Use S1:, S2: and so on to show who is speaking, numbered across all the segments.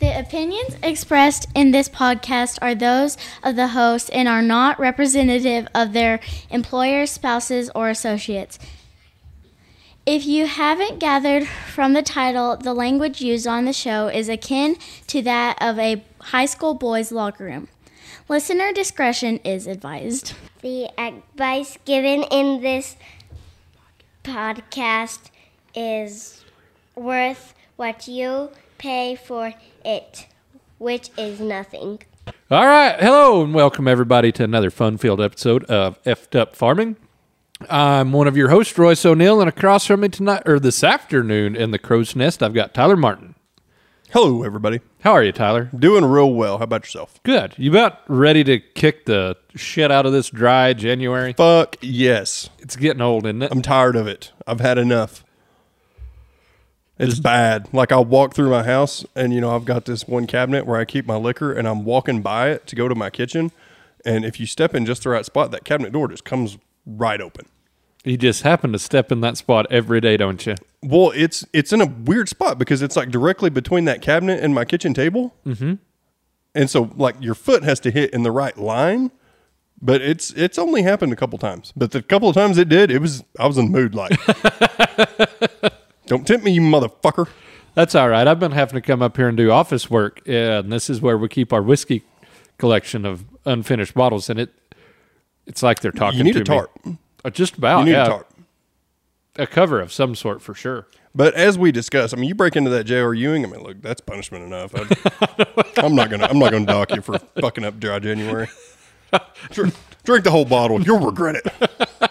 S1: The opinions expressed in this podcast are those of the host and are not representative of their employers, spouses, or associates. If you haven't gathered from the title, the language used on the show is akin to that of a high school boys' locker room. Listener discretion is advised.
S2: The advice given in this podcast is worth what you pay for it, which is nothing.
S3: All right. Hello and welcome everybody to another fun-filled episode of Effed Up Farming. I'm one of your hosts, Royce O'Neill, and across from me tonight or this afternoon in the crow's nest, I've got Tyler Martin.
S4: Hello, everybody.
S3: How are you, Tyler?
S4: Doing real well. How about yourself?
S3: Good. You about ready to kick the shit out of this dry January?
S4: Fuck yes.
S3: It's getting old, isn't it?
S4: I'm tired of it. I've had enough. It's bad. Like I walk through my house, and you know I've got this one cabinet where I keep my liquor, and I'm walking by it to go to my kitchen, and if you step in just the right spot, that cabinet door just comes right open.
S3: You just happen to step in that spot every day, don't you?
S4: Well, it's it's in a weird spot because it's like directly between that cabinet and my kitchen table, mm-hmm. and so like your foot has to hit in the right line. But it's it's only happened a couple times. But the couple of times it did, it was I was in the mood like, don't tempt me, you motherfucker.
S3: That's all right. I've been having to come up here and do office work, and this is where we keep our whiskey collection of unfinished bottles, and it it's like they're talking.
S4: You need
S3: to
S4: a tarp.
S3: Me. Uh, Just about.
S4: You need
S3: yeah.
S4: a tarp.
S3: A cover of some sort for sure.
S4: But as we discussed, I mean, you break into that J.R. Ewing. I mean, look, that's punishment enough. I, am not gonna I'm not gonna dock you for fucking up dry January. Drink, drink the whole bottle. You'll regret it.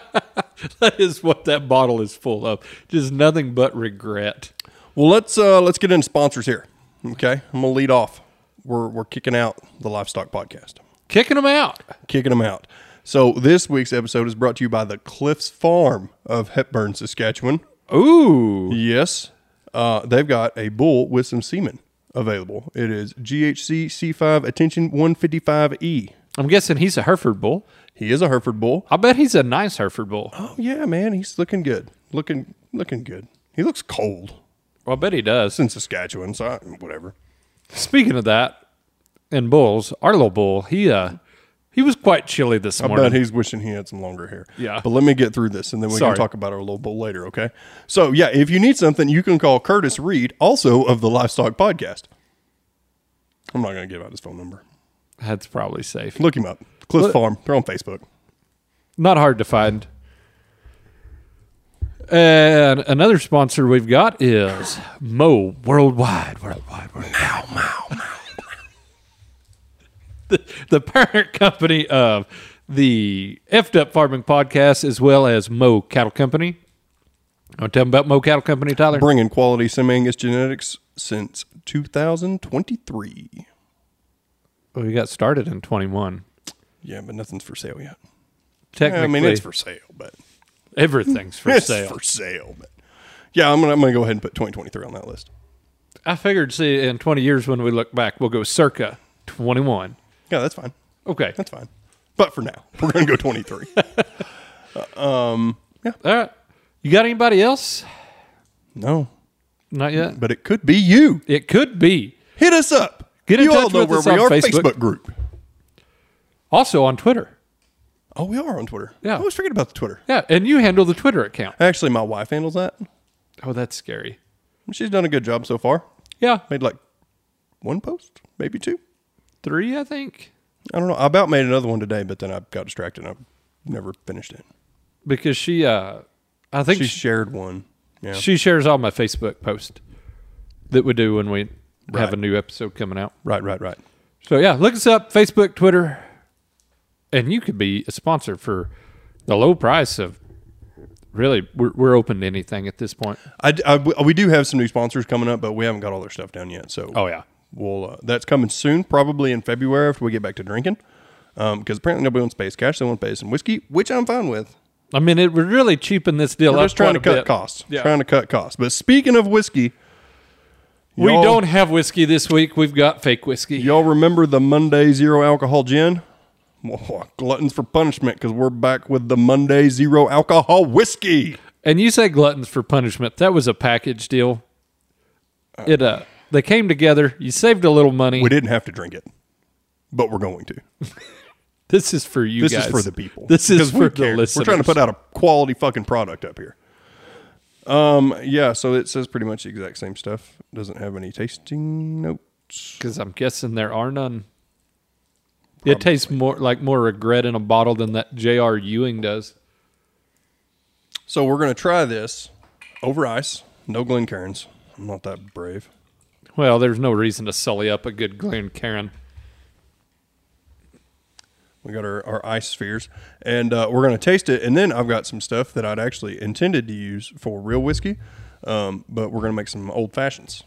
S3: That is what that bottle is full of. Just nothing but regret.
S4: Well, let's uh, let's get into sponsors here. Okay, I'm gonna lead off. We're we're kicking out the livestock podcast,
S3: Kicking them out.
S4: kicking them out. So this week's episode is brought to you by the Cliffs Farm of Hepburn, Saskatchewan.
S3: Ooh.
S4: Yes, uh, they've got a bull with some semen available. It is GHC C5 Attention 155E.
S3: I'm guessing he's a Hereford bull.
S4: E. He is a Hereford bull.
S3: I bet he's a nice Hereford bull.
S4: Oh yeah, man, he's looking good. Looking looking good. He looks cold.
S3: Well, I bet he does.
S4: It's in Saskatchewan, so I, whatever.
S3: Speaking of that, and bulls, our little bull, he uh he was quite chilly this
S4: I
S3: morning.
S4: bet he's wishing he had some longer hair.
S3: Yeah.
S4: But let me get through this and then we
S3: Sorry.
S4: can talk about it a little bit later, okay? So, yeah, if you need something, you can call Curtis Reed, also of the Livestock Podcast. I'm not going to give out his phone number.
S3: That's probably safe.
S4: Look him up. Cliff Farm. They're on Facebook.
S3: Not hard to find. And another sponsor we've got is Mo Worldwide. Worldwide. Worldwide. Mow, mow, mow. the, the parent company of the Effed Up Farming Podcast as well as Mo Cattle Company. Want to tell them about Mo Cattle Company, Tyler?
S4: Bringing quality Sim Angus genetics since 2023.
S3: we got started in 21.
S4: Yeah, but nothing's for sale yet. Yeah,
S3: Technically,
S4: I mean, it's for sale, but
S3: everything's for
S4: it's
S3: sale.
S4: for sale. But yeah, I'm going to I'm gonna go ahead and put 2023 on that list.
S3: I figured, see, in 20 years when we look back, we'll go circa 21.
S4: Yeah, that's fine.
S3: Okay.
S4: That's fine. But for now, we're going to go 23.
S3: All right. You got anybody else?
S4: no,
S3: Not yet.
S4: but it could be you.
S3: It could be.
S4: Hit us up.
S3: Get in
S4: you
S3: touch with us on Facebook.
S4: Facebook. group.
S3: Also on Twitter.
S4: Oh, we are on Twitter.
S3: Yeah.
S4: I always forget about the Twitter.
S3: Yeah. And you handle the Twitter account.
S4: Actually, my wife handles that.
S3: Oh, that's scary.
S4: She's done a good job so far.
S3: Yeah.
S4: Made like one post, maybe two.
S3: Three, I think.
S4: I don't know. I about made another one today, but then I got distracted. and I never finished it.
S3: Because she, uh, I think
S4: She
S3: she,
S4: shared one. Yeah.
S3: she shares all my Facebook posts that we do when we have
S4: Right.
S3: a new episode coming out.
S4: Right, right, right.
S3: So yeah, look us up Facebook, Twitter, and you could be a sponsor for the low price of. Really, we're, we're open to anything at this point.
S4: I, d- I- we- we do have some new sponsors coming up, but we haven't got all their stuff down yet. So
S3: Oh yeah,
S4: Well, uh, that's coming soon, probably in February after we get back to drinking. Because apparently nobody wants to pay us cash, they want to pay us in whiskey, which I'm fine with.
S3: I mean it would really cheapen this deal.
S4: We're
S3: up
S4: just trying to
S3: quite
S4: cut
S3: a bit.
S4: costs.
S3: Yeah.
S4: Trying to cut costs. But speaking of whiskey,
S3: we
S4: y'all-
S3: don't have whiskey this week. We've got fake whiskey.
S4: Y'all remember the Monday zero alcohol gin? Whoa, gluttons for punishment because we're back with the Monday zero alcohol whiskey.
S3: And you say gluttons for punishment. That was a package deal. It uh, They came together. You saved a little money.
S4: We didn't have to drink it, but we're going to.
S3: This is for you
S4: This
S3: guys.
S4: is for the people.
S3: This is
S4: 'Cause
S3: for
S4: we
S3: the
S4: care.
S3: listeners.
S4: We're trying to put out a quality fucking product up here. Um, yeah, so it says pretty much the exact same stuff. Doesn't have any tasting notes.
S3: because I'm guessing there are none. It tastes more like more regret in a bottle than that J.R. Ewing does.
S4: So we're gonna try this over ice. No Glencairns. I'm not that brave.
S3: Well, there's no reason to sully up a good Glencairn.
S4: We got our, our ice spheres, and uh, we're going to taste it. And then I've got some stuff that I'd actually intended to use for real whiskey, um, but we're going to make some old fashions.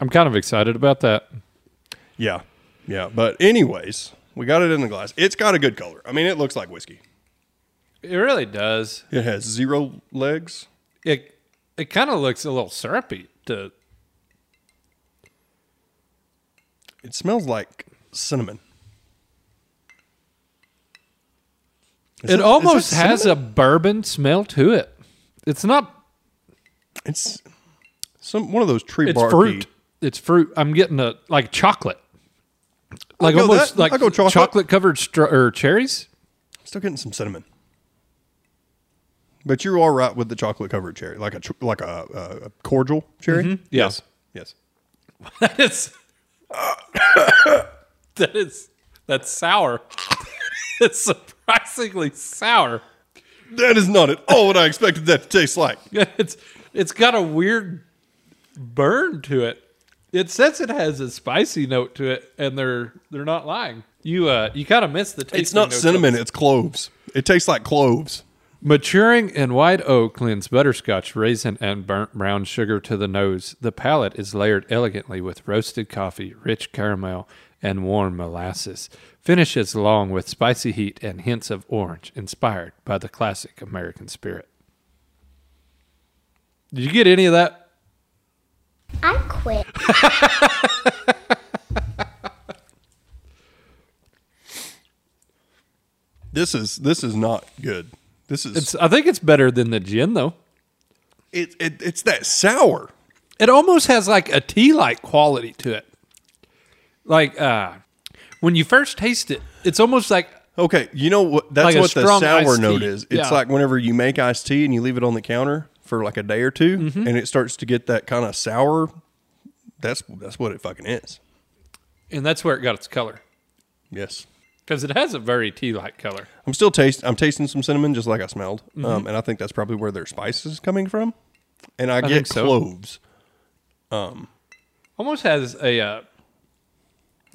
S3: I'm kind of excited about that.
S4: Yeah, yeah. But anyways, we got it in the glass. It's got a good color. I mean, it looks like whiskey.
S3: It really does.
S4: It has zero legs.
S3: It it kind of looks a little syrupy. To
S4: It smells like cinnamon. Is
S3: it
S4: is
S3: almost has
S4: cinnamon?
S3: a bourbon smell to it. It's not.
S4: It's some one of those tree
S3: It's
S4: bark.
S3: fruit. It's fruit. I'm getting a like chocolate. Like
S4: go
S3: almost
S4: that.
S3: like
S4: I'll go chocolate.
S3: covered stra- or cherries.
S4: Still getting some cinnamon. But you're all right with the chocolate covered cherry, like a ch- like a, a- a cordial cherry.
S3: Mm-hmm. Yes.
S4: Yes.
S3: That is. that is. That's sour. it's surprisingly sour.
S4: That is not at all what I expected that to taste like.
S3: It's it's got a weird burn to it. It says it has a spicy note to it, and they're they're not lying. You uh you kind of miss the taste.
S4: It's not cinnamon. It's cloves. It tastes like cloves.
S3: Maturing in white oak lends butterscotch, raisin, and burnt brown sugar to the nose. The palate is layered elegantly with roasted coffee, rich caramel, and warm molasses. Finishes long with spicy heat and hints of orange, inspired by the classic American spirit. Did you get any of that?
S2: I quit.
S4: This is this is not good. This is
S3: It's, I think it's better than the gin, though.
S4: it, it, it's that sour.
S3: It almost has like a tea like quality to it. Like uh, when you first taste it, it's almost like
S4: Okay, you know what? That's
S3: Like a
S4: what the
S3: strong
S4: sour
S3: iced
S4: note
S3: tea.
S4: is. It's
S3: Yeah.
S4: like whenever you make iced tea and you leave it on the counter for like a day or 2
S3: Mm-hmm.
S4: and it starts to get that kind of sour. That's that's what it fucking is.
S3: and that's where it got its color
S4: Yes.
S3: because it has a very tea-like color.
S4: I'm still taste. I'm tasting some cinnamon, just like I smelled,
S3: Mm-hmm.
S4: um, and I think that's probably where their spice is coming from. And I,
S3: think
S4: get
S3: so.
S4: cloves.
S3: Almost has a uh,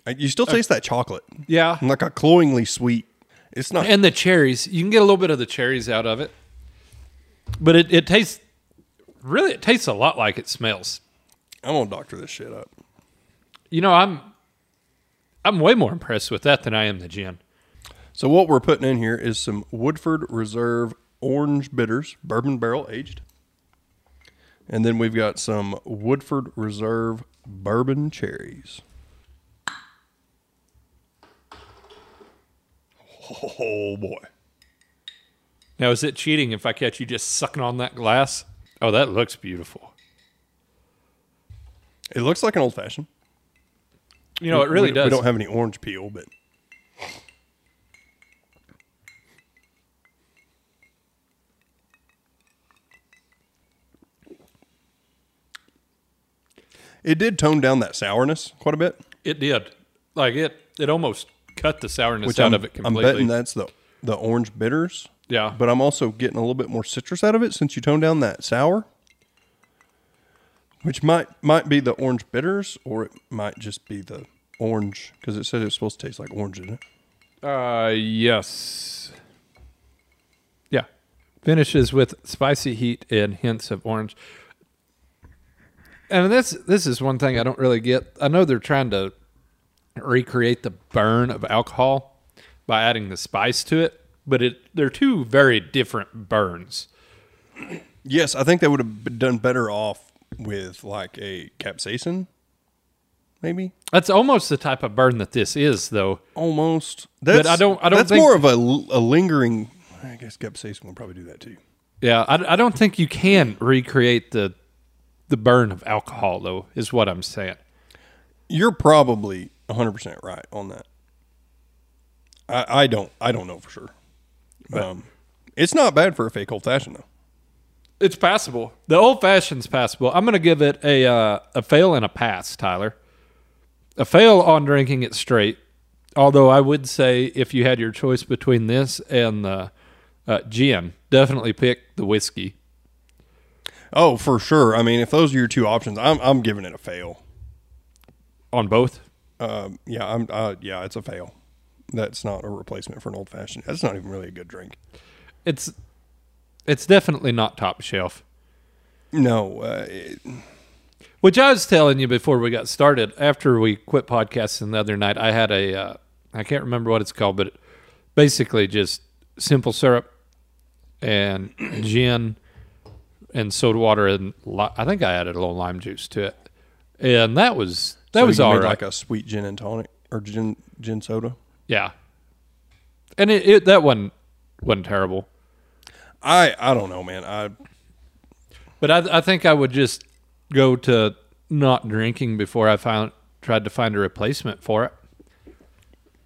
S4: Uh, You still taste that chocolate,
S3: yeah,
S4: like a cloyingly sweet. It's not.
S3: and the cherries. You can get a little bit of the cherries out of it, but it, it tastes really. It tastes a lot like it smells.
S4: I'm gonna doctor this shit up.
S3: You know, I'm I'm way more impressed with that than I am the gin.
S4: So what we're putting in here is some Woodford Reserve orange bitters, bourbon barrel aged, and then we've got some Woodford Reserve bourbon cherries. Oh boy.
S3: Now, is it cheating if I catch you just sucking on that glass? Oh, that looks beautiful.
S4: It looks like an old fashioned.
S3: You know, it really
S4: we,
S3: does.
S4: We don't have any orange peel, but it did tone down that sourness quite a bit,
S3: it did. Like it, it almost cut the sourness
S4: which
S3: out
S4: I'm,
S3: of it
S4: I'm
S3: completely.
S4: betting that's the the orange bitters.
S3: yeah, but
S4: But I'm also getting a little bit more citrus out of it since you toned down that sour, which might might be the orange bitters, or it might just be the orange because it said it's supposed to taste like orange in it.
S3: uh, yes, yeah. Finishes with spicy heat and hints of orange. And this this is one thing I don't really get. I know they're trying to recreate the burn of alcohol by adding the spice to it, but it they're two very different burns.
S4: Yes, I think they would have been done better off with like a capsaicin, maybe
S3: That's almost the type of burn that this is, though.
S4: almost. That's,
S3: I don't- I don't
S4: That's
S3: think-
S4: more of a, l- a lingering. I guess capsaicin will probably do that too.
S3: Yeah, I, I don't think you can recreate the the burn of alcohol, though, is what I'm saying.
S4: You're probably 100% right on that. I, I don't I don't know for sure. um, it's not bad for a fake old fashioned though.
S3: It's passable. The old fashioned's passable. I'm going to give it a uh, a fail and a pass, Tyler. A fail on drinking it straight. Although I would say if you had your choice between this and the uh, gin, definitely pick the whiskey.
S4: Oh, for sure. I mean, if those are your two options, I'm I'm giving it a fail.
S3: On both,
S4: Um, yeah, I'm uh, yeah, it's a fail. That's not a replacement for an old fashioned. That's not even really a good drink.
S3: it's it's definitely not top shelf.
S4: No, uh, it,
S3: Which I was telling you before we got started. After we quit podcasting the other night, I had a uh, I can't remember what it's called, but basically just simple syrup and gin and soda water and li- I think I added a little lime juice to it, and that was that
S4: so
S3: was
S4: you
S3: all
S4: made
S3: right.
S4: Like a sweet gin and tonic or gin gin soda.
S3: yeah, and it, it that one wasn't terrible,
S4: I I don't know, man. I
S3: but I I think I would just go to not drinking before I found tried to find a replacement for it.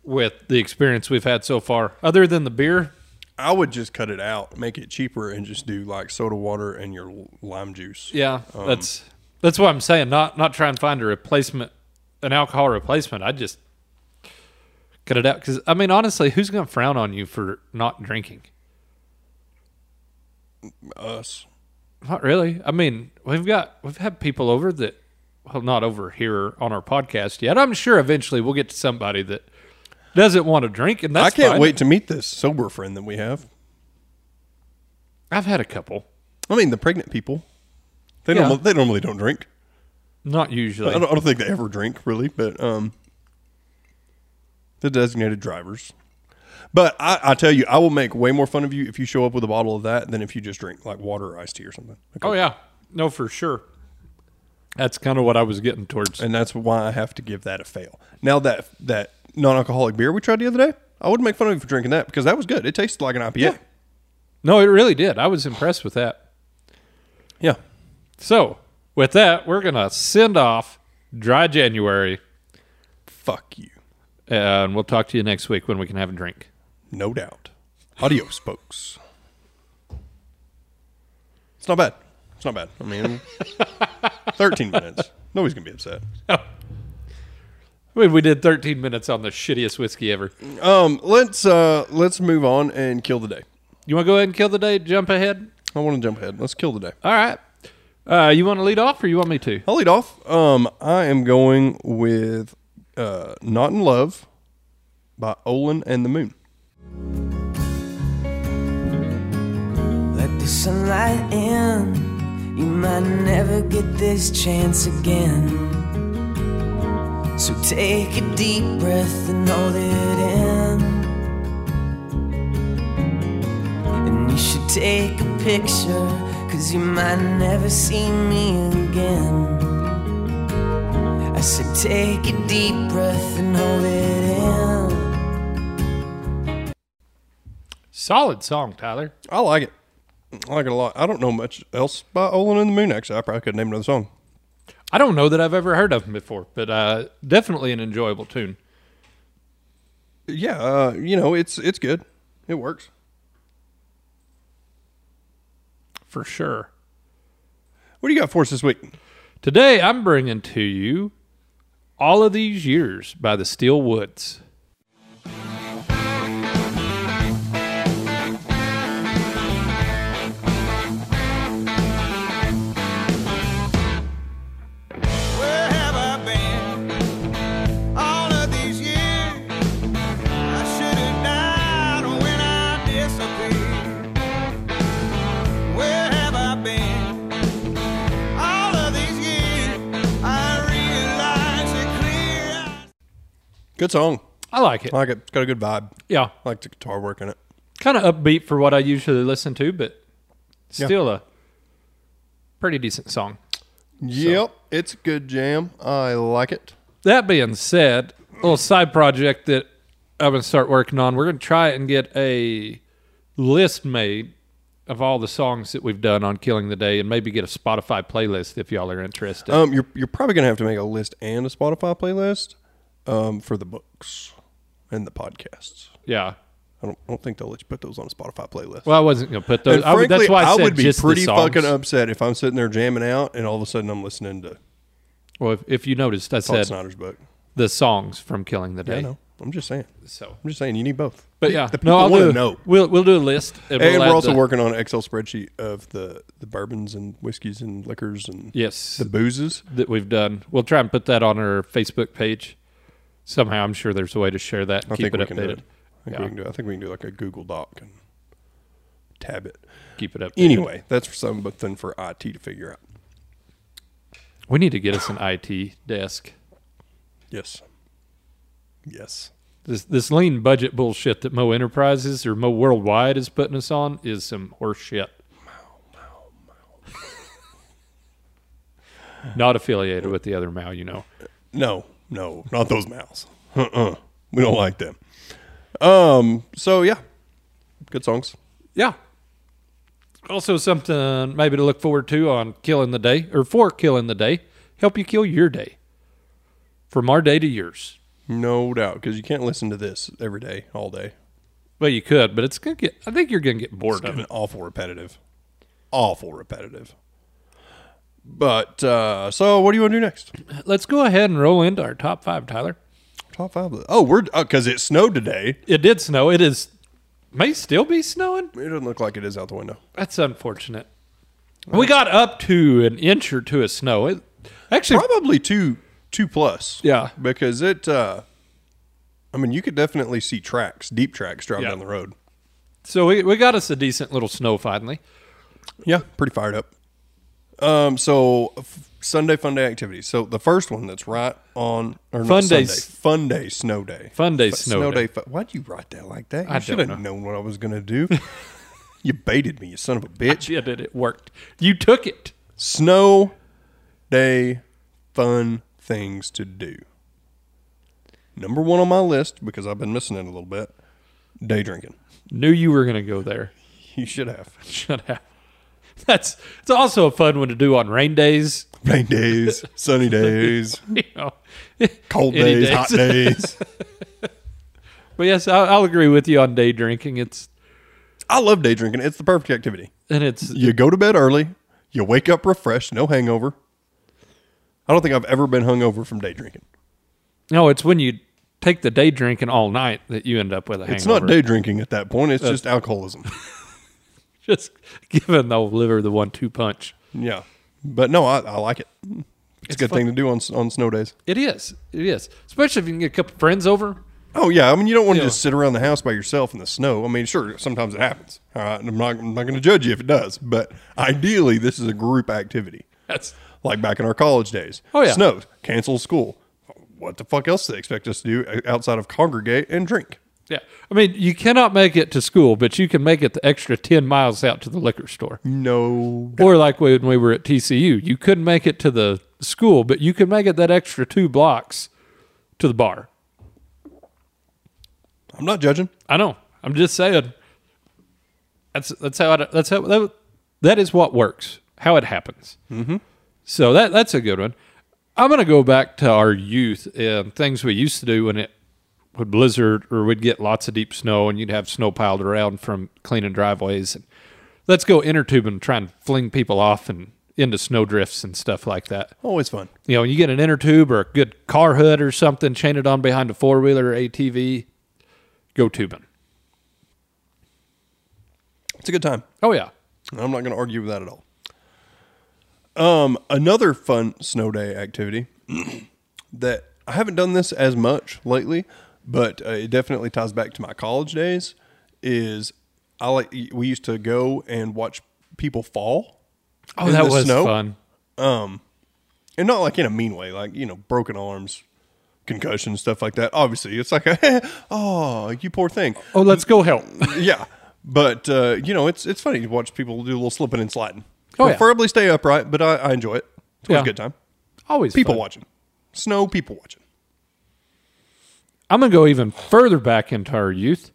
S3: with the experience we've had so far, other than the beer.
S4: I would just cut it out, make it cheaper, and just do like soda water and your l- lime juice.
S3: Yeah, that's that's what I'm saying. Not not try and find a replacement, an alcohol replacement. I just cut it out because I mean, honestly, who's gonna frown on you for not drinking?
S4: Us.
S3: Not really. I mean, we've got we've had people over that, well, not over here on our podcast yet. I'm sure eventually we'll get to somebody that doesn't want to drink, and
S4: I
S3: that's
S4: can't
S3: fine.
S4: wait to meet this sober friend that we have.
S3: I've had a couple,
S4: I mean, the pregnant people. They
S3: Yeah.
S4: normally, they normally don't drink.
S3: not
S4: I
S3: usually.
S4: don't, I don't think they ever drink really, but um, the designated drivers. But I, I tell you, I will make way more fun of you if you show up with a bottle of that than if you just drink like water or iced tea or something.
S3: Oh yeah, no, for sure. That's kind of what I was getting towards.
S4: and that's why I have to give that a fail. Now that that non-alcoholic beer we tried the other day, I would make fun of you for drinking that because that was good. It tasted like an IPA.
S3: Yeah. No, it really did. I was impressed with that.
S4: yeah.
S3: So, with that, we're going to send off dry January,
S4: Fuck you,
S3: and we'll talk to you next week when we can have a drink.
S4: no doubt. Adios, folks. It's not bad. It's not bad. I mean, thirteen minutes. Nobody's gonna be upset.
S3: I mean, we did 13 minutes on the shittiest whiskey ever.
S4: Um, let's uh let's move on and kill the day.
S3: You want to go ahead and kill the day? Jump ahead?
S4: I want to jump ahead. Let's kill the day.
S3: All right. Uh, you want to lead off or you want me to?
S4: I'll lead off. Um, I am going with uh, "Not in Love" by Olin and the Moon.
S5: Let the sunlight in. You might never get this chance again. So take a deep breath and hold it in. And you should take a picture, cause you might never see me again. I said, take a deep breath and hold it in.
S3: Solid song, Tyler.
S4: I like it. I like it a lot. I don't know much else by Olin and the Moon. Actually, I probably could name another song.
S3: I don't know that I've ever heard of him before, but uh, definitely an enjoyable tune.
S4: Yeah, uh, you know, it's it's good. It works.
S3: For sure.
S4: What do you got for us this week?
S3: Today, I'm bringing to you All of These Years by the Steel Woods.
S6: Where have I been all of these years? I should have died when I disappeared. Where have I been all of these years? I realize it clear.
S4: Good song.
S3: I like it.
S4: I like it. It's got a good vibe.
S3: Yeah,
S4: I like the guitar work in it.
S3: kind of upbeat for what I usually listen to, but still a pretty decent song.
S4: Yep, it's a good jam. I like it.
S3: That being said, a little side project that I'm going to start working on. We're going to try and get a list made of all the songs that we've done on Killing the Day, and maybe get a Spotify playlist if y'all are interested.
S4: Um, you're you're probably gonna have to make a list and a Spotify playlist, um, for the books and the podcasts.
S3: yeah.
S4: I don't, I don't think they'll let you put those on a Spotify playlist.
S3: Well, I wasn't gonna put those.
S4: and
S3: I would
S4: frankly,
S3: that's
S4: I,
S3: why I, said
S4: would be
S3: just the
S4: pretty
S3: songs.
S4: fucking upset if I'm sitting there jamming out and all of a sudden I'm listening to
S3: Well, if, if you noticed, I
S4: Todd
S3: said
S4: Snyder's book.
S3: the songs from Killing the Day.
S4: Yeah, I know. I'm just saying.
S3: So,
S4: I'm just saying you need both.
S3: but
S4: Pe-
S3: yeah,
S4: the people
S3: no, I'll
S4: want
S3: do,
S4: to know.
S3: We'll we'll do a list,
S4: And
S3: we'll
S4: we're
S3: add
S4: also
S3: the-
S4: working on an Excel spreadsheet of the the bourbons and whiskeys and liquors and
S3: Yes,
S4: the boozes.
S3: that we've done. We'll try and put that on our Facebook page. Somehow, I'm sure there's a way to share that and
S4: I
S3: keep
S4: think
S3: it
S4: we can do it.
S3: updated.
S4: I think
S3: Yeah.
S4: we can do. I think we can do like a Google Doc and tab it.
S3: Keep it up.
S4: Anyway, that's for something for IT to figure out.
S3: we need to get us an IT desk.
S4: Yes. Yes.
S3: This this lean budget bullshit that Mo Enterprises or Mo Worldwide is putting us on is some horse shit. Not affiliated with the other Mao, you know.
S4: No, no, not those mouths. Uh-uh. We don't like them. Um. So yeah, good songs.
S3: Yeah. Also, something maybe to look forward to on Killing the Day or for Killing the Day. Help you kill your day. From our day to yours.
S4: No doubt, because you can't listen to this every day, all day.
S3: Well, you could, but it's going to get, I think you're going to get
S4: It's
S3: bored of
S4: getting
S3: it.
S4: awful repetitive. Awful repetitive. But uh, so, what do you want to do next?
S3: Let's go ahead and roll into our top five, Tyler.
S4: Top five. li- Oh, we're because it snowed today.
S3: It did snow. It is, may still be snowing.
S4: It doesn't look like it is out the window.
S3: That's unfortunate. We got up to an inch or two of snow. It, actually,
S4: Probably two, two plus.
S3: Yeah.
S4: because it. Uh, I mean, you could definitely see tracks, deep tracks, drive
S3: Yeah.
S4: down the road.
S3: so we, we got us a decent little snow finally.
S4: Yeah, pretty fired up. Um, so f- Sunday fun day activities. So the first one that's right on or
S3: Fun
S4: not
S3: day
S4: Sunday,
S3: s-
S4: fun day snow day.
S3: Fun day
S4: Fu-
S3: snow
S4: day.
S3: day.
S4: fu- Why'd you write that like that? You
S3: I don't
S4: should have
S3: know.
S4: known what I was gonna do. you baited me, you son of a bitch.
S3: Shit, it, it worked. You took it.
S4: Snow day fun things to do. Number one on my list because I've been missing it a little bit. Day drinking.
S3: Knew you were going to go there.
S4: You should have
S3: Shut up. That's it's also a fun one to do on rain days.
S4: rain days, sunny days,
S3: You know,
S4: cold
S3: Any
S4: days, hot days.
S3: but yes, I, I'll agree with you on day drinking. It's
S4: I love day drinking. It's the perfect activity.
S3: and it's
S4: You go to bed early, you wake up refreshed, no hangover. I don't think I've ever been hungover from day drinking.
S3: no, it's when you take the day drinking all night that you end up with a hangover.
S4: It's not day drinking at that point. It's just alcoholism.
S3: just giving the old liver the one-two punch.
S4: yeah, but no, I, I like it. It's, a good
S3: fun.
S4: thing to do on s- on snow days.
S3: It is, it is, especially if you can get a couple friends over.
S4: Oh yeah, I mean you don't want to
S3: Yeah.
S4: just sit around the house by yourself in the snow. I mean, sure, sometimes it happens. All right, and I'm not I'm not going to judge you if it does, but ideally this is a group activity.
S3: That's
S4: like back in our college days.
S3: Oh, yeah.
S4: snows, cancel school. What the fuck else do they expect us to do outside of congregate and drink?
S3: yeah. I mean, you cannot make it to school, but you can make it the extra ten miles out to the liquor store.
S4: No,
S3: Or like when we were at TCU, you couldn't make it to the school, but you could make it that extra two blocks to the bar.
S4: I'm not judging.
S3: I know. I'm just saying. That's that's how it, that's how that, that is what works. How it happens. Mm-hmm. So that that's a good one. I'm gonna go back to our youth and things we used to do when it would blizzard or we'd get lots of deep snow and you'd have snow piled around from cleaning driveways. And let's go inner tube and try and fling people off and into snow drifts and stuff like that
S4: Always fun.
S3: you know, you get an inner tube or a good car hood or something, chain it on behind a four wheeler or ATV, go tubing.
S4: It's a good time.
S3: Oh yeah,
S4: I'm not going to argue with that at all. Um, another fun snow day activity that I haven't done this as much lately, but uh, it definitely ties back to my college days. Is I like we used to go and watch people fall.
S3: oh
S4: In
S3: that
S4: the
S3: was
S4: snow?
S3: fun.
S4: and not like in a mean way, like you know, broken arms, concussion, stuff like that. Obviously, it's like, a, oh, you poor thing.
S3: Oh, let's go help.
S4: yeah, but uh, you know, it's it's funny to watch people do a little slipping and sliding.
S3: Oh, yeah.
S4: Preferably stay upright, but I, I enjoy it. It's always
S3: Yeah.
S4: a good time.
S3: Always
S4: People
S3: fun.
S4: watching, snow people watching.
S3: I'm gonna go even further back into our youth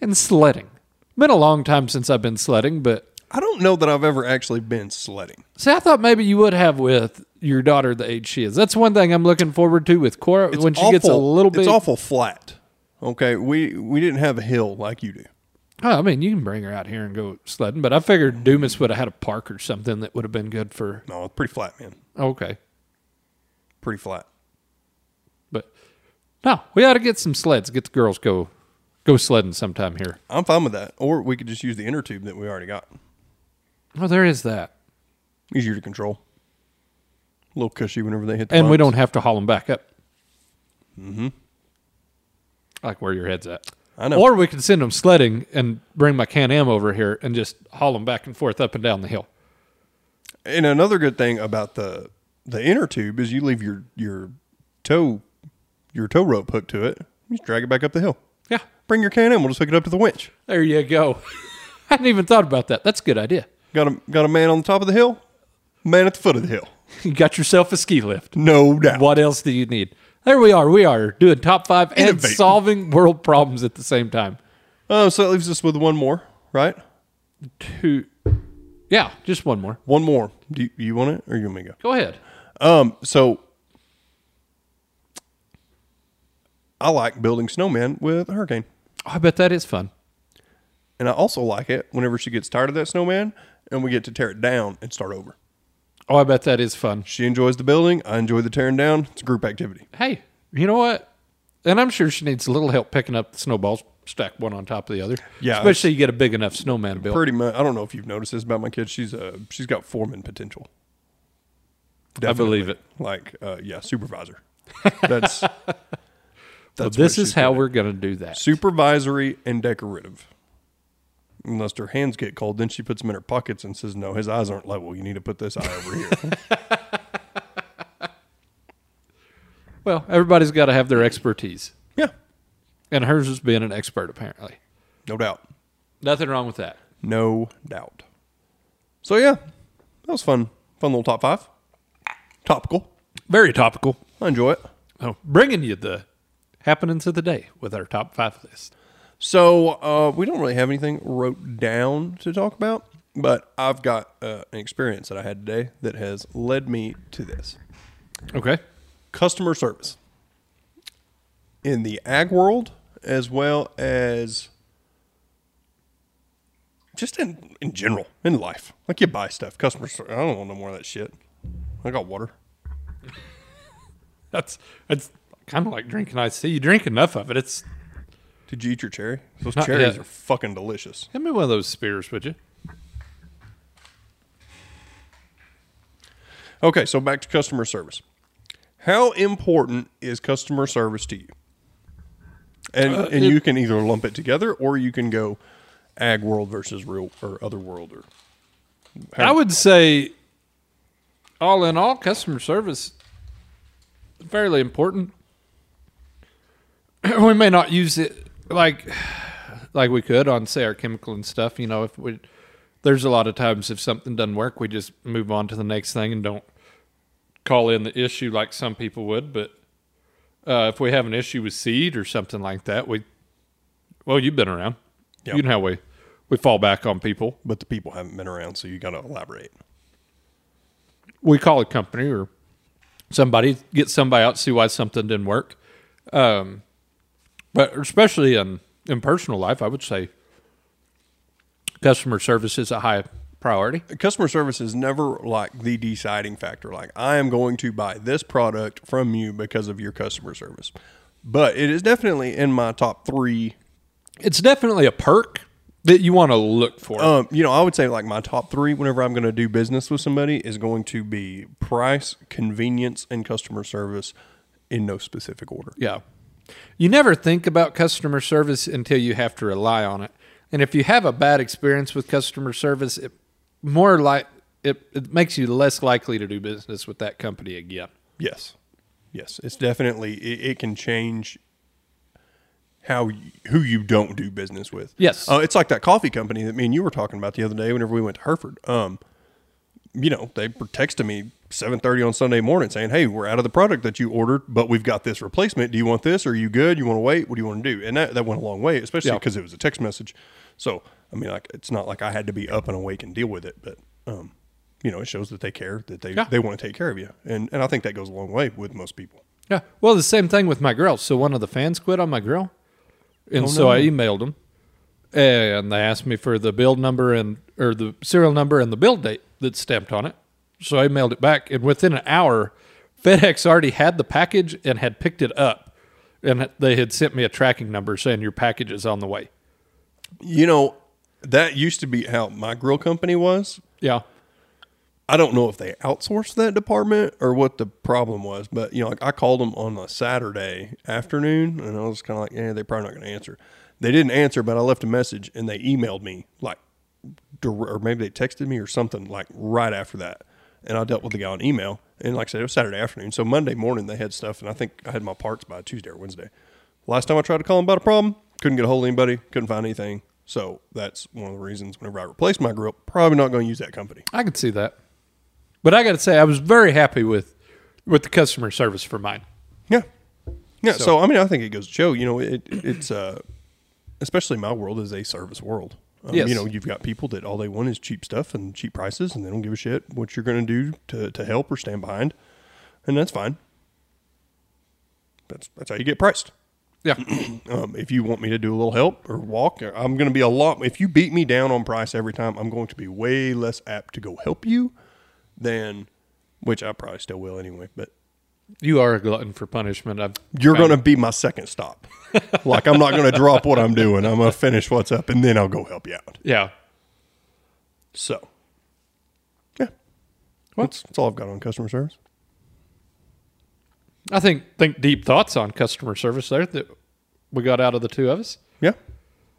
S3: and sledding. Been a long time since I've been sledding, but
S4: I don't know that I've ever actually been sledding.
S3: See, I thought maybe you would have with your daughter the age she is. That's one thing I'm looking forward to with Cora
S4: It's
S3: when she gets a
S4: awful-
S3: little bit.
S4: It's awful flat. Okay, we we didn't have a hill like you do.
S3: Oh, I mean, you can bring her out here and go sledding, but I figured Dumas would have had a park or something that would have been good for.
S4: No, it's pretty flat, man.
S3: Okay,
S4: Pretty flat.
S3: but no, we ought to get some sleds. Get the girls go go sledding sometime here.
S4: I'm fine with that. Or we could just use the inner tube that we already got.
S3: Oh, there is that,
S4: Easier to control. A little cushy whenever they hit the
S3: and we
S4: bumps.
S3: don't have to haul them back up. Mm-hmm. like where your head's at.
S4: I know.
S3: Or we could send them sledding and bring my Can Am over here and just haul them back and forth up and down the hill.
S4: And another good thing about the the inner tube is you leave your your toe your tow rope hooked to it. You just drag it back up the hill.
S3: Yeah,
S4: Bring your can in. We'll just hook it up to the winch.
S3: there you go. I hadn't even thought about that. That's a good idea.
S4: Got a got a man on the top of the hill, man at the foot of the hill.
S3: You got yourself a ski lift.
S4: No doubt.
S3: What else do you need? There we are. We are doing top five and
S4: Innovating.
S3: solving world problems at the same time.
S4: Uh, so that leaves us with one more, right?
S3: Two. Yeah, just one more.
S4: One more. Do you, you want it or you want me to go?
S3: Go ahead.
S4: Um, so I like building snowmen with Hurricane.
S3: Oh, I bet that is fun.
S4: And I also like it whenever she gets tired of that snowman and we get to tear it down and start over.
S3: Oh, I bet that is fun.
S4: She enjoys the building. I enjoy the tearing down. It's a group activity.
S3: Hey, you know what? And I'm sure she needs a little help picking up the snowballs, stack one on top of the other.
S4: Yeah,
S3: Especially you get a big enough snowman built.
S4: Pretty much. I don't know if you've noticed this about my kid. She's uh she's got foreman potential.
S3: I believe it.
S4: Like uh, yeah, supervisor. That's that's
S3: So
S4: what
S3: this
S4: she's
S3: is how
S4: good at.
S3: we're going to do that.
S4: supervisory and decorative. Unless her hands get cold, then she puts them in her pockets and says, "No, his eyes aren't level. You need to put this eye over here."
S3: Well, everybody's got to have their expertise.
S4: yeah,
S3: And hers is being an expert, apparently.
S4: no doubt,
S3: Nothing wrong with that.
S4: no doubt. So yeah, that was fun. Fun little top five. Topical.
S3: Very topical.
S4: I enjoy it.
S3: Oh, bringing you the happenings of the day with our top five list.
S4: So uh, we don't really have anything wrote down to talk about, but I've got uh, an experience that I had today that has led me to this
S3: Okay.
S4: customer service in the ag world as well as just in, in general in life. Like you buy stuff, customer. ser- I don't want no more of that shit. I got water.
S3: That's it's kind of like drinking iced tea. You drink enough of it. It's
S4: Did you eat your cherry? Those
S3: Not
S4: cherries
S3: yet.
S4: are fucking delicious.
S3: give me one of those spears, would you?
S4: Okay, so back to customer service. How important is customer service to you? And
S3: Uh,
S4: and you can either lump it together or you can go ag world versus real or other world or
S3: I would say, all in all, customer service fairly important. we may not use it like like we could on say our chemical and stuff. You know, if we there's a lot of times if something doesn't work, we just move on to the next thing and don't call in the issue like some people would. But uh, if we have an issue with seed or something like that, we well, you've been around.
S4: Yep.
S3: You know how we we fall back on people.
S4: but the people haven't been around, so you got to elaborate.
S3: we call a company or somebody get somebody out see why something didn't work um, but especially in in personal life i would say customer service is a high priority
S4: Customer service is never like the deciding factor. Like I am going to buy this product from you because of your customer service, but it is definitely in my top three.
S3: it's definitely a perk that you want to look for
S4: Um, you know, I would say like my top three whenever I'm going to do business with somebody is going to be price, convenience, and customer service in no specific order.
S3: yeah you never think about customer service until you have to rely on it and if you have a bad experience with customer service it more like it, it makes you less likely to do business with that company again
S4: Yes, yes, it's definitely it, it can change how you, who you don't do business with.
S3: Yes.
S4: uh, it's like that coffee company that me and you were talking about the other day. Whenever we went to Hereford, um, you know, they were texting me 7:30 on Sunday morning saying, "Hey, we're out of the product that you ordered, but we've got this replacement. Do you want this? Are you good? You want to wait? What do you want to do?" And that, that went a long way, especially
S3: Yeah.
S4: because it was a text message. So, I mean, like it's not like I had to be up and awake and deal with it, but um, you know, it shows that they care, that they
S3: Yeah.
S4: they want to take care of you, and and I think that goes a long way with most people.
S3: Yeah. Well, the same thing with my grill. So one of the fans quit on my grill, and so I emailed them, and they asked me for the build number and or the serial number and the build date that's stamped on it. So I mailed it back, and within an hour, FedEx already had the package and had picked it up, and they had sent me a tracking number saying your package is on the way.
S4: You know, that used to be how my grill company was.
S3: Yeah.
S4: I don't know if they outsourced that department or what the problem was, but you know, like I called them on a Saturday afternoon, and I was kind of like, "Yeah, they're probably not going to answer." They didn't answer, but I left a message, and they emailed me like, dir- or maybe they texted me or something like right after that, and I dealt with the guy on email. And like I said, it was Saturday afternoon, so Monday morning they had stuff, and I think I had my parts by Tuesday or Wednesday. Last time I tried to call them about a problem, couldn't get a hold of anybody, couldn't find anything. So that's one of the reasons. Whenever I replace my grill, probably not going to use that company.
S3: I could see that. But I got to say, I was very happy with with the customer service for mine.
S4: Yeah. Yeah.
S3: So-
S4: So, I mean, I think it goes to show, you know, it, it's, uh, especially my world is a service world. Um,
S3: Yes.
S4: You know, you've got people that all they want is cheap stuff and cheap prices, and they don't give a shit what you're going to do to to help or stand behind. And that's fine. That's, that's how you get priced.
S3: Yeah.
S4: Um, if you want me to do a little help or walk, I'm going to be a lot. If you beat me down on price every time, I'm going to be way less apt to go help you than, which I probably still will anyway. But
S3: you are a glutton for punishment. I've
S4: you're
S3: found.
S4: going to be my second stop. like I'm not going to drop what I'm doing. I'm going to finish what's up and then I'll go help you out.
S3: Yeah.
S4: So, yeah, that's, that's all I've got on customer service.
S3: I think think deep thoughts on customer service there that we got out of the two of us.
S4: Yeah,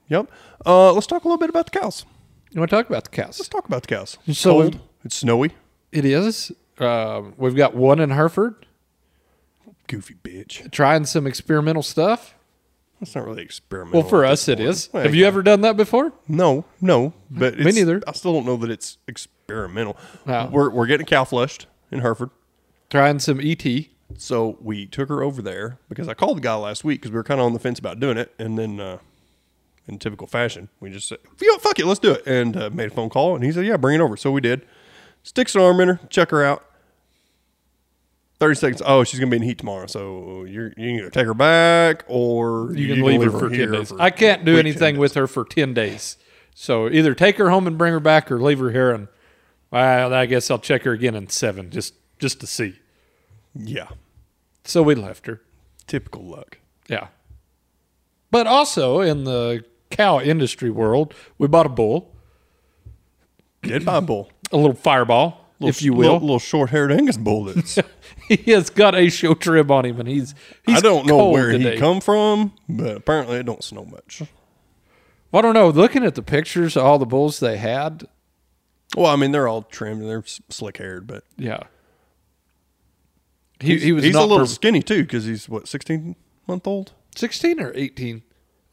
S4: yep. Uh, let's talk a little bit about the cows.
S3: You want to talk about the
S4: Let's
S3: cows?
S4: talk about the cows. It's
S3: So-
S4: cold. It's snowy.
S3: It is. Um, we've got one in Hereford
S4: Goofy bitch.
S3: trying some experimental stuff.
S4: That's not really experimental.
S3: Well, for
S4: at
S3: us,
S4: this
S3: it
S4: point.
S3: is.
S4: Well,
S3: Have you ever done that before?
S4: No, no. But it's,
S3: neither.
S4: I still don't know that it's experimental.
S3: No.
S4: We're we're getting a cow flushed in Hereford.
S3: Trying some E ET.
S4: So we took her over there because I called the guy last week because we were kind of on the fence about doing it, and then uh, in typical fashion, we just said, "You know, fuck it, let's do it," and uh, made a phone call, and he said, "Yeah, bring it over." So we did. Sticks an arm in her, check her out. Thirty seconds. Oh, she's gonna be in heat tomorrow, so you're you can either take her back or
S3: You can leave her for ten
S4: here
S3: days.
S4: for
S3: I can't do
S4: week, 10
S3: anything
S4: days.
S3: with her for ten days. So either take her home and bring her back, or leave her here and well, I guess I'll check her again in seven just just to see.
S4: Yeah,
S3: So we left her.
S4: typical luck.
S3: Yeah. But also in the cow industry world, we bought a bull,
S4: Dead by a bull,
S3: a little fireball, if you will.
S4: little, little short-haired Angus bull. That's
S3: He has got a show trim on him, and he's, he's
S4: I don't know
S3: cold
S4: where
S3: today.
S4: he come from, but apparently it don't snow much.
S3: Well, I don't know. Looking at the pictures of all the bulls they had,
S4: Well, I mean, they're all trimmed and they're s- slick haired, but
S3: yeah. He, he was
S4: he's
S3: not
S4: a
S3: per-
S4: little skinny too because he's what sixteen month old.
S3: 16 or 18.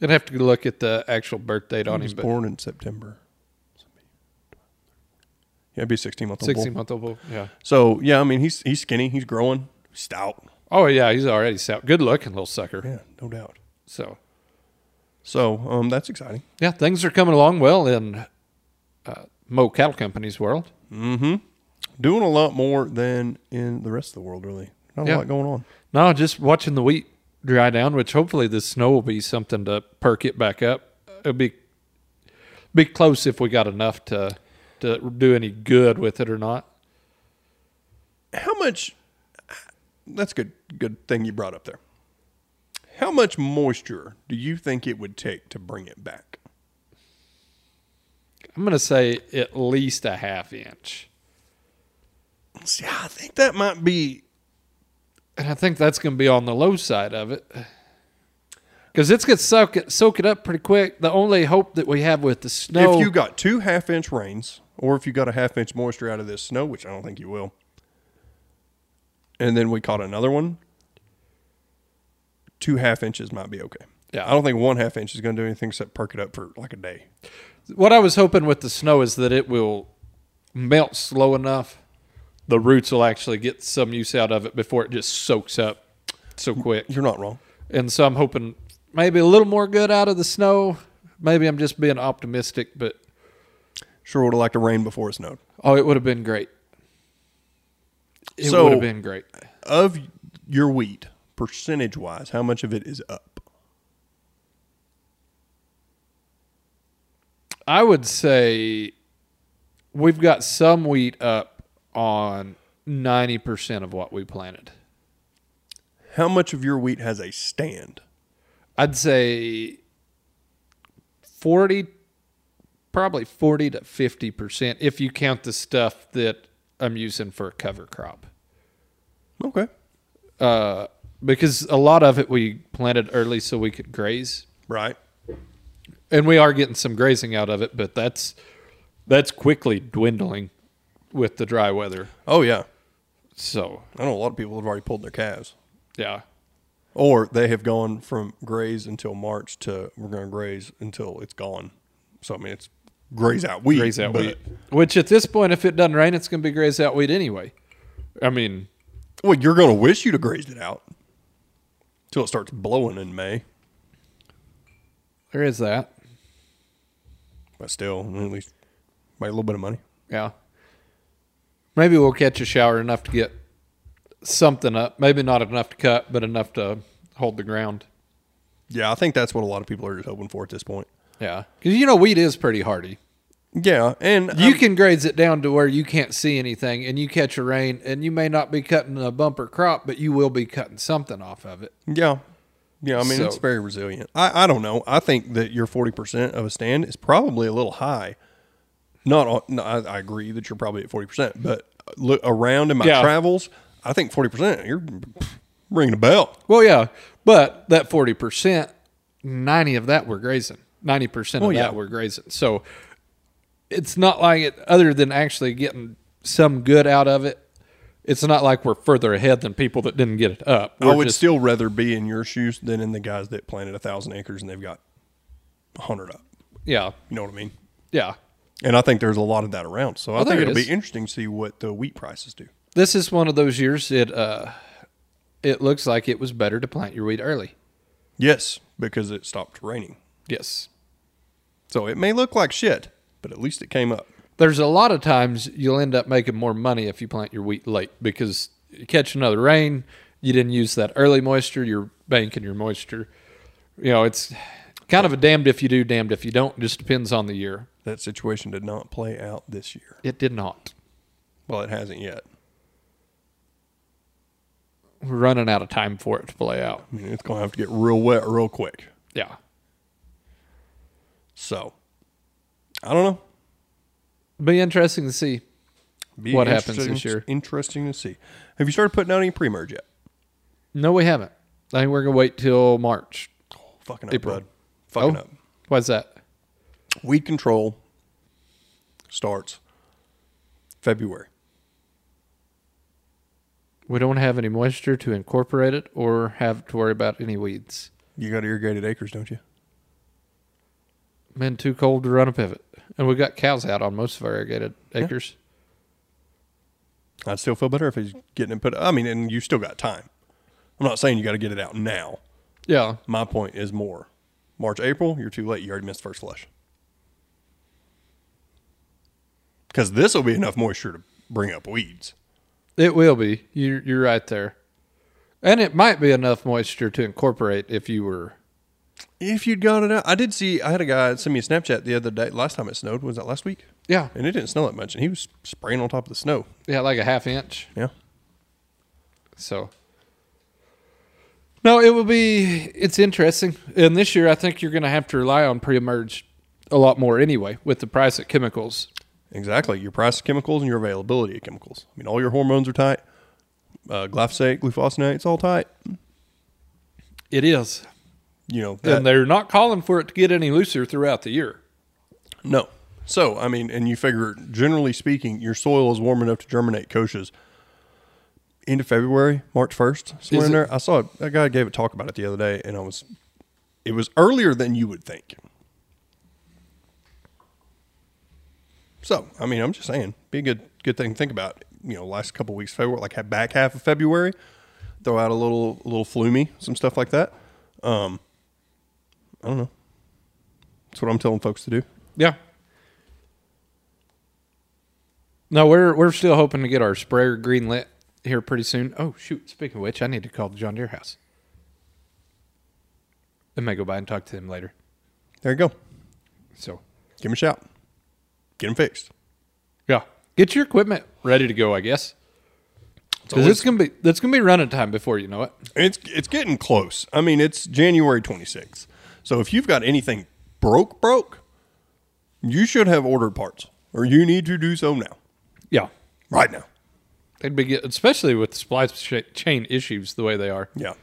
S3: I'd have to look at the actual birth date on him.
S4: He was
S3: But
S4: born in September. Yeah, it'd be sixteen month old.
S3: 16 month old bull. Yeah.
S4: So yeah, I mean, he's he's skinny. He's growing, stout.
S3: Oh, yeah. He's already stout. Good looking little sucker.
S4: Yeah, no doubt.
S3: So.
S4: So um, that's exciting.
S3: Yeah, things are coming along well in uh, Mo Cattle Company's world.
S4: Doing a lot more than in the rest of the world, really. Not
S3: Yeah.
S4: a lot going on.
S3: No, just watching the wheat dry down, which hopefully the snow will be something to perk it back up. It'll be be close if we got enough to to do any good with it or not.
S4: How much? That's good. Good thing you brought up there. How much moisture do you think it would take to bring it back?
S3: I'm gonna say at least a half inch,
S4: See, I think that might be.
S3: and I think that's gonna be on the low side of it. Because it's gonna soak it, soak it up pretty quick. The only hope that we have with the snow,
S4: If you got two half inch rains, or if you got a half inch moisture out of this snow, which I don't think you will, and then we caught another one, two half inches might be okay.
S3: Yeah.
S4: I don't think one half inch is going to do anything except perk it up for like a day.
S3: what I was hoping with the snow is that it will melts slow enough, the roots will actually get some use out of it before it just soaks up so quick.
S4: You're not wrong.
S3: And so I'm hoping maybe a little more good out of the snow. Maybe I'm just being optimistic, but
S4: Sure would have liked to rain before it snowed.
S3: oh, it would have been great. It
S4: So-
S3: would have been great.
S4: Of your wheat, percentage wise, how much of it is up?
S3: I would say we've got some wheat up on 90% of what we planted.
S4: How much of your wheat has a stand?
S3: I'd say 40, probably 40 to 50% if you count the stuff that I'm using for a cover crop.
S4: Okay.
S3: Uh, because a lot of it we planted early so we could graze.
S4: Right.
S3: And we are getting some grazing out of it, but that's that's quickly dwindling with the dry weather.
S4: Oh, yeah.
S3: So,
S4: I know a lot of people have already pulled their calves.
S3: yeah.
S4: Or they have gone from graze until March to we're going to graze until it's gone. So, I mean, it's graze out wheat.
S3: graze out
S4: but-
S3: wheat. Which at this point, if it doesn't rain, it's going to be graze out wheat anyway. I mean,
S4: Well, you're going to wish you'd have grazed it out until it starts blowing in May.
S3: there is that.
S4: But still, I mean, at least make a little bit of money.
S3: Yeah. Maybe we'll catch a shower enough to get something up. Maybe not enough to cut, but enough to hold the ground.
S4: Yeah, I think that's what a lot of people are just hoping for at this point.
S3: Yeah. Because, you know, wheat is pretty hardy.
S4: Yeah, and
S3: You
S4: I'm-
S3: can graze it down to where you can't see anything and you catch a rain and you may not be cutting a bumper crop, but you will be cutting something off of it.
S4: yeah, yeah. I mean,
S3: So-
S4: it's very resilient. I, I don't know. I think that your forty percent of a stand is probably a little high. Not, all, no, I, I agree that you're probably at forty percent, but uh, look around in my
S3: Yeah.
S4: travels, I think forty percent. You're ringing a bell.
S3: Well, yeah, but that forty percent, ninety of that we're grazing. Ninety percent of
S4: Well, yeah.
S3: that we're grazing. So it's not like it, other than actually getting some good out of it. It's not like we're further ahead than people that didn't get it up.
S4: I
S3: We're
S4: would
S3: just-
S4: still rather be in your shoes than in the guys that planted a thousand acres and they've got a hundred up.
S3: yeah,
S4: You know what I mean?
S3: yeah.
S4: And I think there's a lot of that around. So
S3: Oh,
S4: I think
S3: there
S4: it'll
S3: is.
S4: be interesting to see what the wheat prices do.
S3: This is one of those years that uh, it looks like it was better to plant your wheat early.
S4: Yes, because it stopped raining.
S3: Yes,
S4: So it may look like shit, but at least it came up.
S3: there's a lot of times you'll end up making more money if you plant your wheat late because you catch another rain, you didn't use that early moisture, you're banking your moisture. You know, it's kind of a damned if you do, damned if you don't. Just depends on the year.
S4: That situation did not play out this year.
S3: It did not.
S4: Well, it hasn't yet.
S3: We're running out of time for it to play out.
S4: I mean, it's going to have to get real wet real quick.
S3: Yeah.
S4: So I don't know.
S3: Be interesting to see.
S4: Be
S3: What happens
S4: interesting-
S3: this year?
S4: Interesting to see. Have you started putting out any pre merge yet?
S3: No, we haven't. I think we're gonna wait till March.
S4: Fucking up,
S3: April.
S4: bud. Fucking
S3: oh,
S4: up.
S3: why's that?
S4: Weed control starts February.
S3: We don't have any moisture to incorporate it or have to worry about any weeds.
S4: You got irrigated acres, don't you?
S3: been too cold to run a pivot. And we've got cows out on most of our irrigated acres.
S4: I'd still feel better if he's getting it put. I mean, and you still got time. I'm not saying you got to get it out now.
S3: Yeah.
S4: My point is more March, April, you're too late. You already missed first flush. Because this will be enough moisture to bring up weeds.
S3: It will be. You're, you're right there. And it might be enough moisture to incorporate if you were.
S4: If you'd got it out, I did see. I had a guy send me a Snapchat the other day. Last time it snowed was that last week,
S3: Yeah.
S4: and it didn't snow that much. And he was spraying on top of the snow.
S3: Yeah, like a half inch.
S4: Yeah,
S3: So. No, it will be. It's interesting. And this year, I think you're going to have to rely on pre emerge a lot more anyway with the price of chemicals.
S4: exactly. Your price of chemicals and your availability of chemicals. I mean, all your hormones are tight. Uh, glyphosate, glufosinate, it's all tight.
S3: It is.
S4: You know, that-
S3: And they're not calling for it to get any looser throughout the year.
S4: No. So, I mean, and you figure, generally speaking, your soil is warm enough to germinate koshas. End of February, March 1st, somewhere
S3: Is
S4: in
S3: it-
S4: there. I saw a- a guy gave a talk about it the other day, and I was, it was earlier than you would think. So, I mean, I'm just saying, be be a good good thing to think about. You know, last couple weeks February, like ha- back half of February, throw out a little a little flummy, some stuff like that. Um, I don't know. That's what I'm telling folks to do.
S3: Yeah. No, we're we're still hoping to get our sprayer green lit here pretty soon. Oh shoot! Speaking of which, I need to call the John Deere house. I may go by and talk to them later.
S4: There you go.
S3: So
S4: Give him a shout. Get him fixed.
S3: yeah, get your equipment ready to go. I guess because
S4: always-
S3: it's gonna be that's gonna be running time before you know it.
S4: It's it's getting close. I mean, it's January 26th. So if you've got anything broke broke, you should have ordered parts or you need to do so now.
S3: Yeah,
S4: Right now.
S3: they'd be get, especially with the supply cha- chain issues the way they are.
S4: Yeah.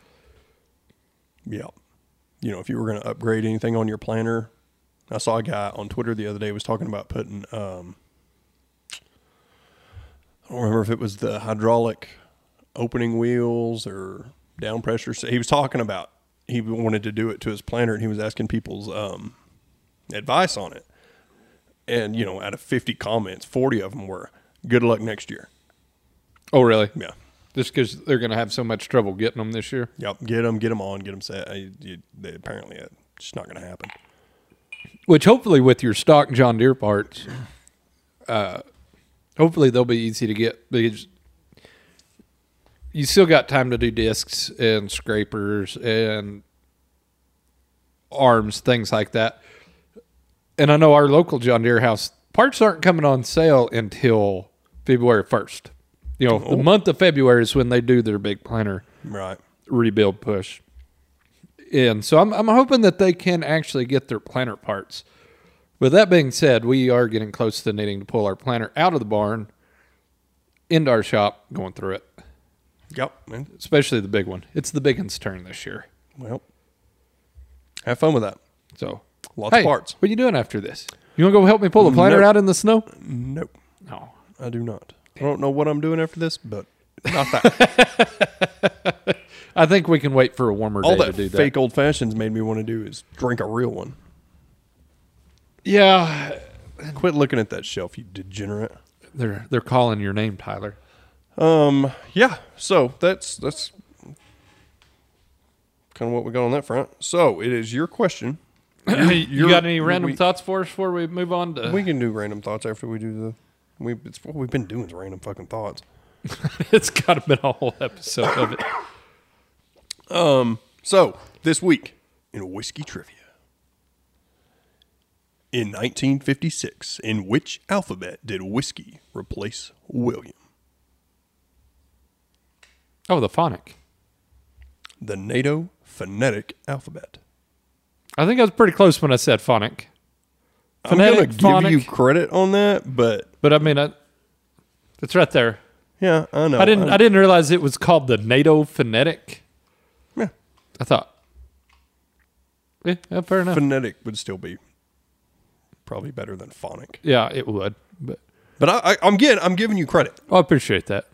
S4: Yeah. You know, if you were going to upgrade anything on your planner, I saw a guy on Twitter the other day was talking about putting um I don't remember if it was the hydraulic opening wheels or down pressure. So he was talking about he wanted to do it to his planner and he was asking people's um advice on it. And you know, out of 50 comments, 40 of them were good luck next year.
S3: Oh really?
S4: Yeah.
S3: Just because they're gonna have so much trouble getting them this year.
S4: Yep, get them, get them on, get them set. I, you, they, apparently, it's just not going to happen.
S3: which hopefully with your stock John Deere parts, uh, hopefully they'll be easy to get because you still got time to do discs and scrapers and arms, things like that. And I know our local John Deere house parts aren't coming on sale until February first. You know, the month of February is when they do their big planner
S4: Right.
S3: rebuild push. And so I'm, I'm hoping that they can actually get their planter parts. With that being said, we are getting close to needing to pull our planter out of the barn into our shop, going through it,
S4: Yep. Man.
S3: especially the big one. It's the big one's turn this year.
S4: Well, have fun with that.
S3: So
S4: Lots of
S3: hey,
S4: parts.
S3: What are you doing after this? You want to go help me pull the planter
S4: Nope.
S3: out in the snow?
S4: Nope,
S3: No.
S4: I do not. I don't know what I'm doing after this, but not that.
S3: I think we can wait for a warmer
S4: All
S3: day
S4: that
S3: to do that.
S4: fake old fashions made me want to do is drink a real one.
S3: Yeah,
S4: Quit looking at that shelf, you degenerate.
S3: they're they're calling your name, Tyler.
S4: Yeah. So that's that's kind of what we got on that front. So it is your question.
S3: You, got any random
S4: we-
S3: thoughts for us before we move on to?
S4: We can do random thoughts after we do the. We it's what we've been doing is random fucking thoughts.
S3: it's got to been a whole episode of it.
S4: So, this week in whiskey trivia. In 1956, in which alphabet did whiskey replace William?
S3: Oh, the phonic.
S4: The NATO phonetic alphabet.
S3: I think I was pretty close when I said phonic,
S4: I'm
S3: Phonetic,
S4: going to give you
S3: phonic.
S4: credit on that, but
S3: but I mean, I, it's right there.
S4: yeah, I know.
S3: I didn't. I didn't realize it was called the NATO phonetic.
S4: Yeah.
S3: I thought. Yeah, yeah, fair enough.
S4: Phonetic would still be probably better than phonic.
S3: yeah, it would. But oh,
S4: But I, I, I'm getting, I'm giving you credit.
S3: I appreciate that.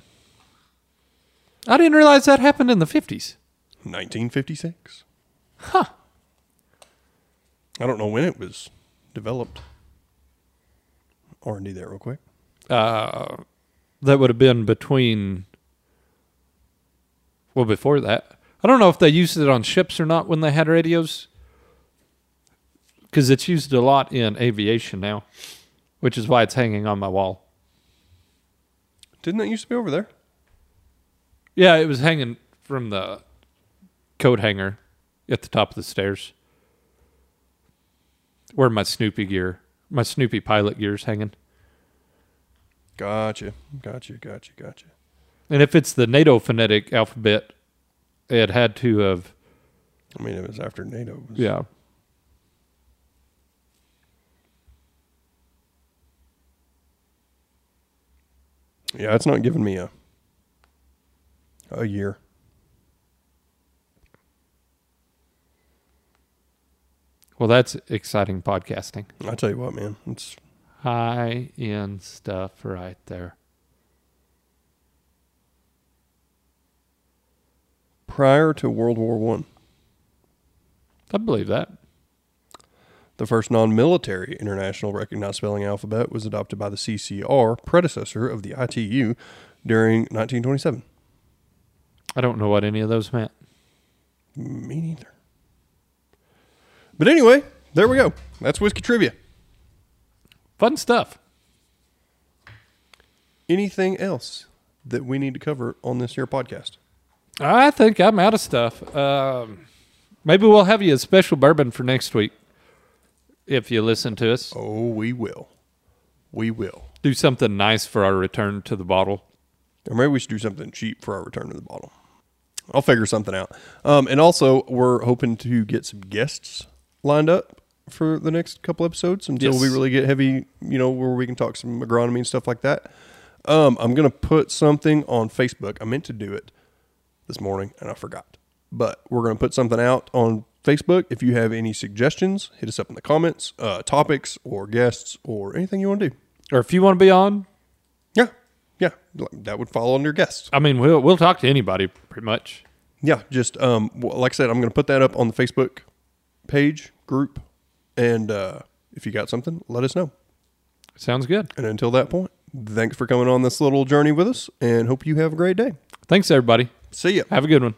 S3: I didn't realize that happened in the fifties.
S4: 1956. Huh. I don't know when it was developed. R&D that real quick.
S3: That would have been between. Well, before that, I don't know if they used it on ships or not when they had radios, because it's used a lot in aviation now, which is why it's hanging on my wall.
S4: Didn't that used to be over there?
S3: Yeah, it was hanging from the coat hanger at the top of the stairs, where my Snoopy gear, my Snoopy pilot gear is hanging.
S4: Gotcha. Gotcha. Gotcha. Gotcha.
S3: And if it's the NATO phonetic alphabet, it had to have
S4: I mean, it was after NATO. Was,
S3: yeah.
S4: Yeah, it's not giving me a a year.
S3: Well, that's exciting podcasting.
S4: I tell you what, man. It's
S3: High end stuff right there.
S4: prior to World War One.
S3: I believe that.
S4: The first non military international recognized spelling alphabet was adopted by the CCR, predecessor of the ITU, during 1927.
S3: I don't know what any of those meant.
S4: Me neither. But anyway, there we go. That's whiskey trivia.
S3: Fun stuff.
S4: Anything else that we need to cover on this here podcast?
S3: I think I'm out of stuff. Um, maybe we'll have you a special bourbon for next week if you listen to us.
S4: Oh, we will. We will.
S3: Do something nice for our return to the bottle.
S4: Or maybe we should do something cheap for our return to the bottle. I'll figure something out. Um, and also, we're hoping to get some guests lined up for the next couple episodes until
S3: Yes.
S4: we really get heavy, you know, where we can talk some agronomy and stuff like that. Um, I'm going to put something on Facebook. I meant to do it this morning and I forgot. But we're going to put something out on Facebook. If you have any suggestions, hit us up in the comments, uh, topics or guests or anything you want to do.
S3: Or if you want to be on,
S4: Yeah. Yeah. That would follow under guests.
S3: I mean, we'll we'll talk to anybody pretty much.
S4: yeah, just um, w- like I said, I'm going to put that up on the Facebook page group, and uh, if you got something, let us know.
S3: Sounds good.
S4: And until that point, thanks for coming on this little journey with us, and hope you have a great day.
S3: Thanks everybody.
S4: See ya.
S3: Have a good one.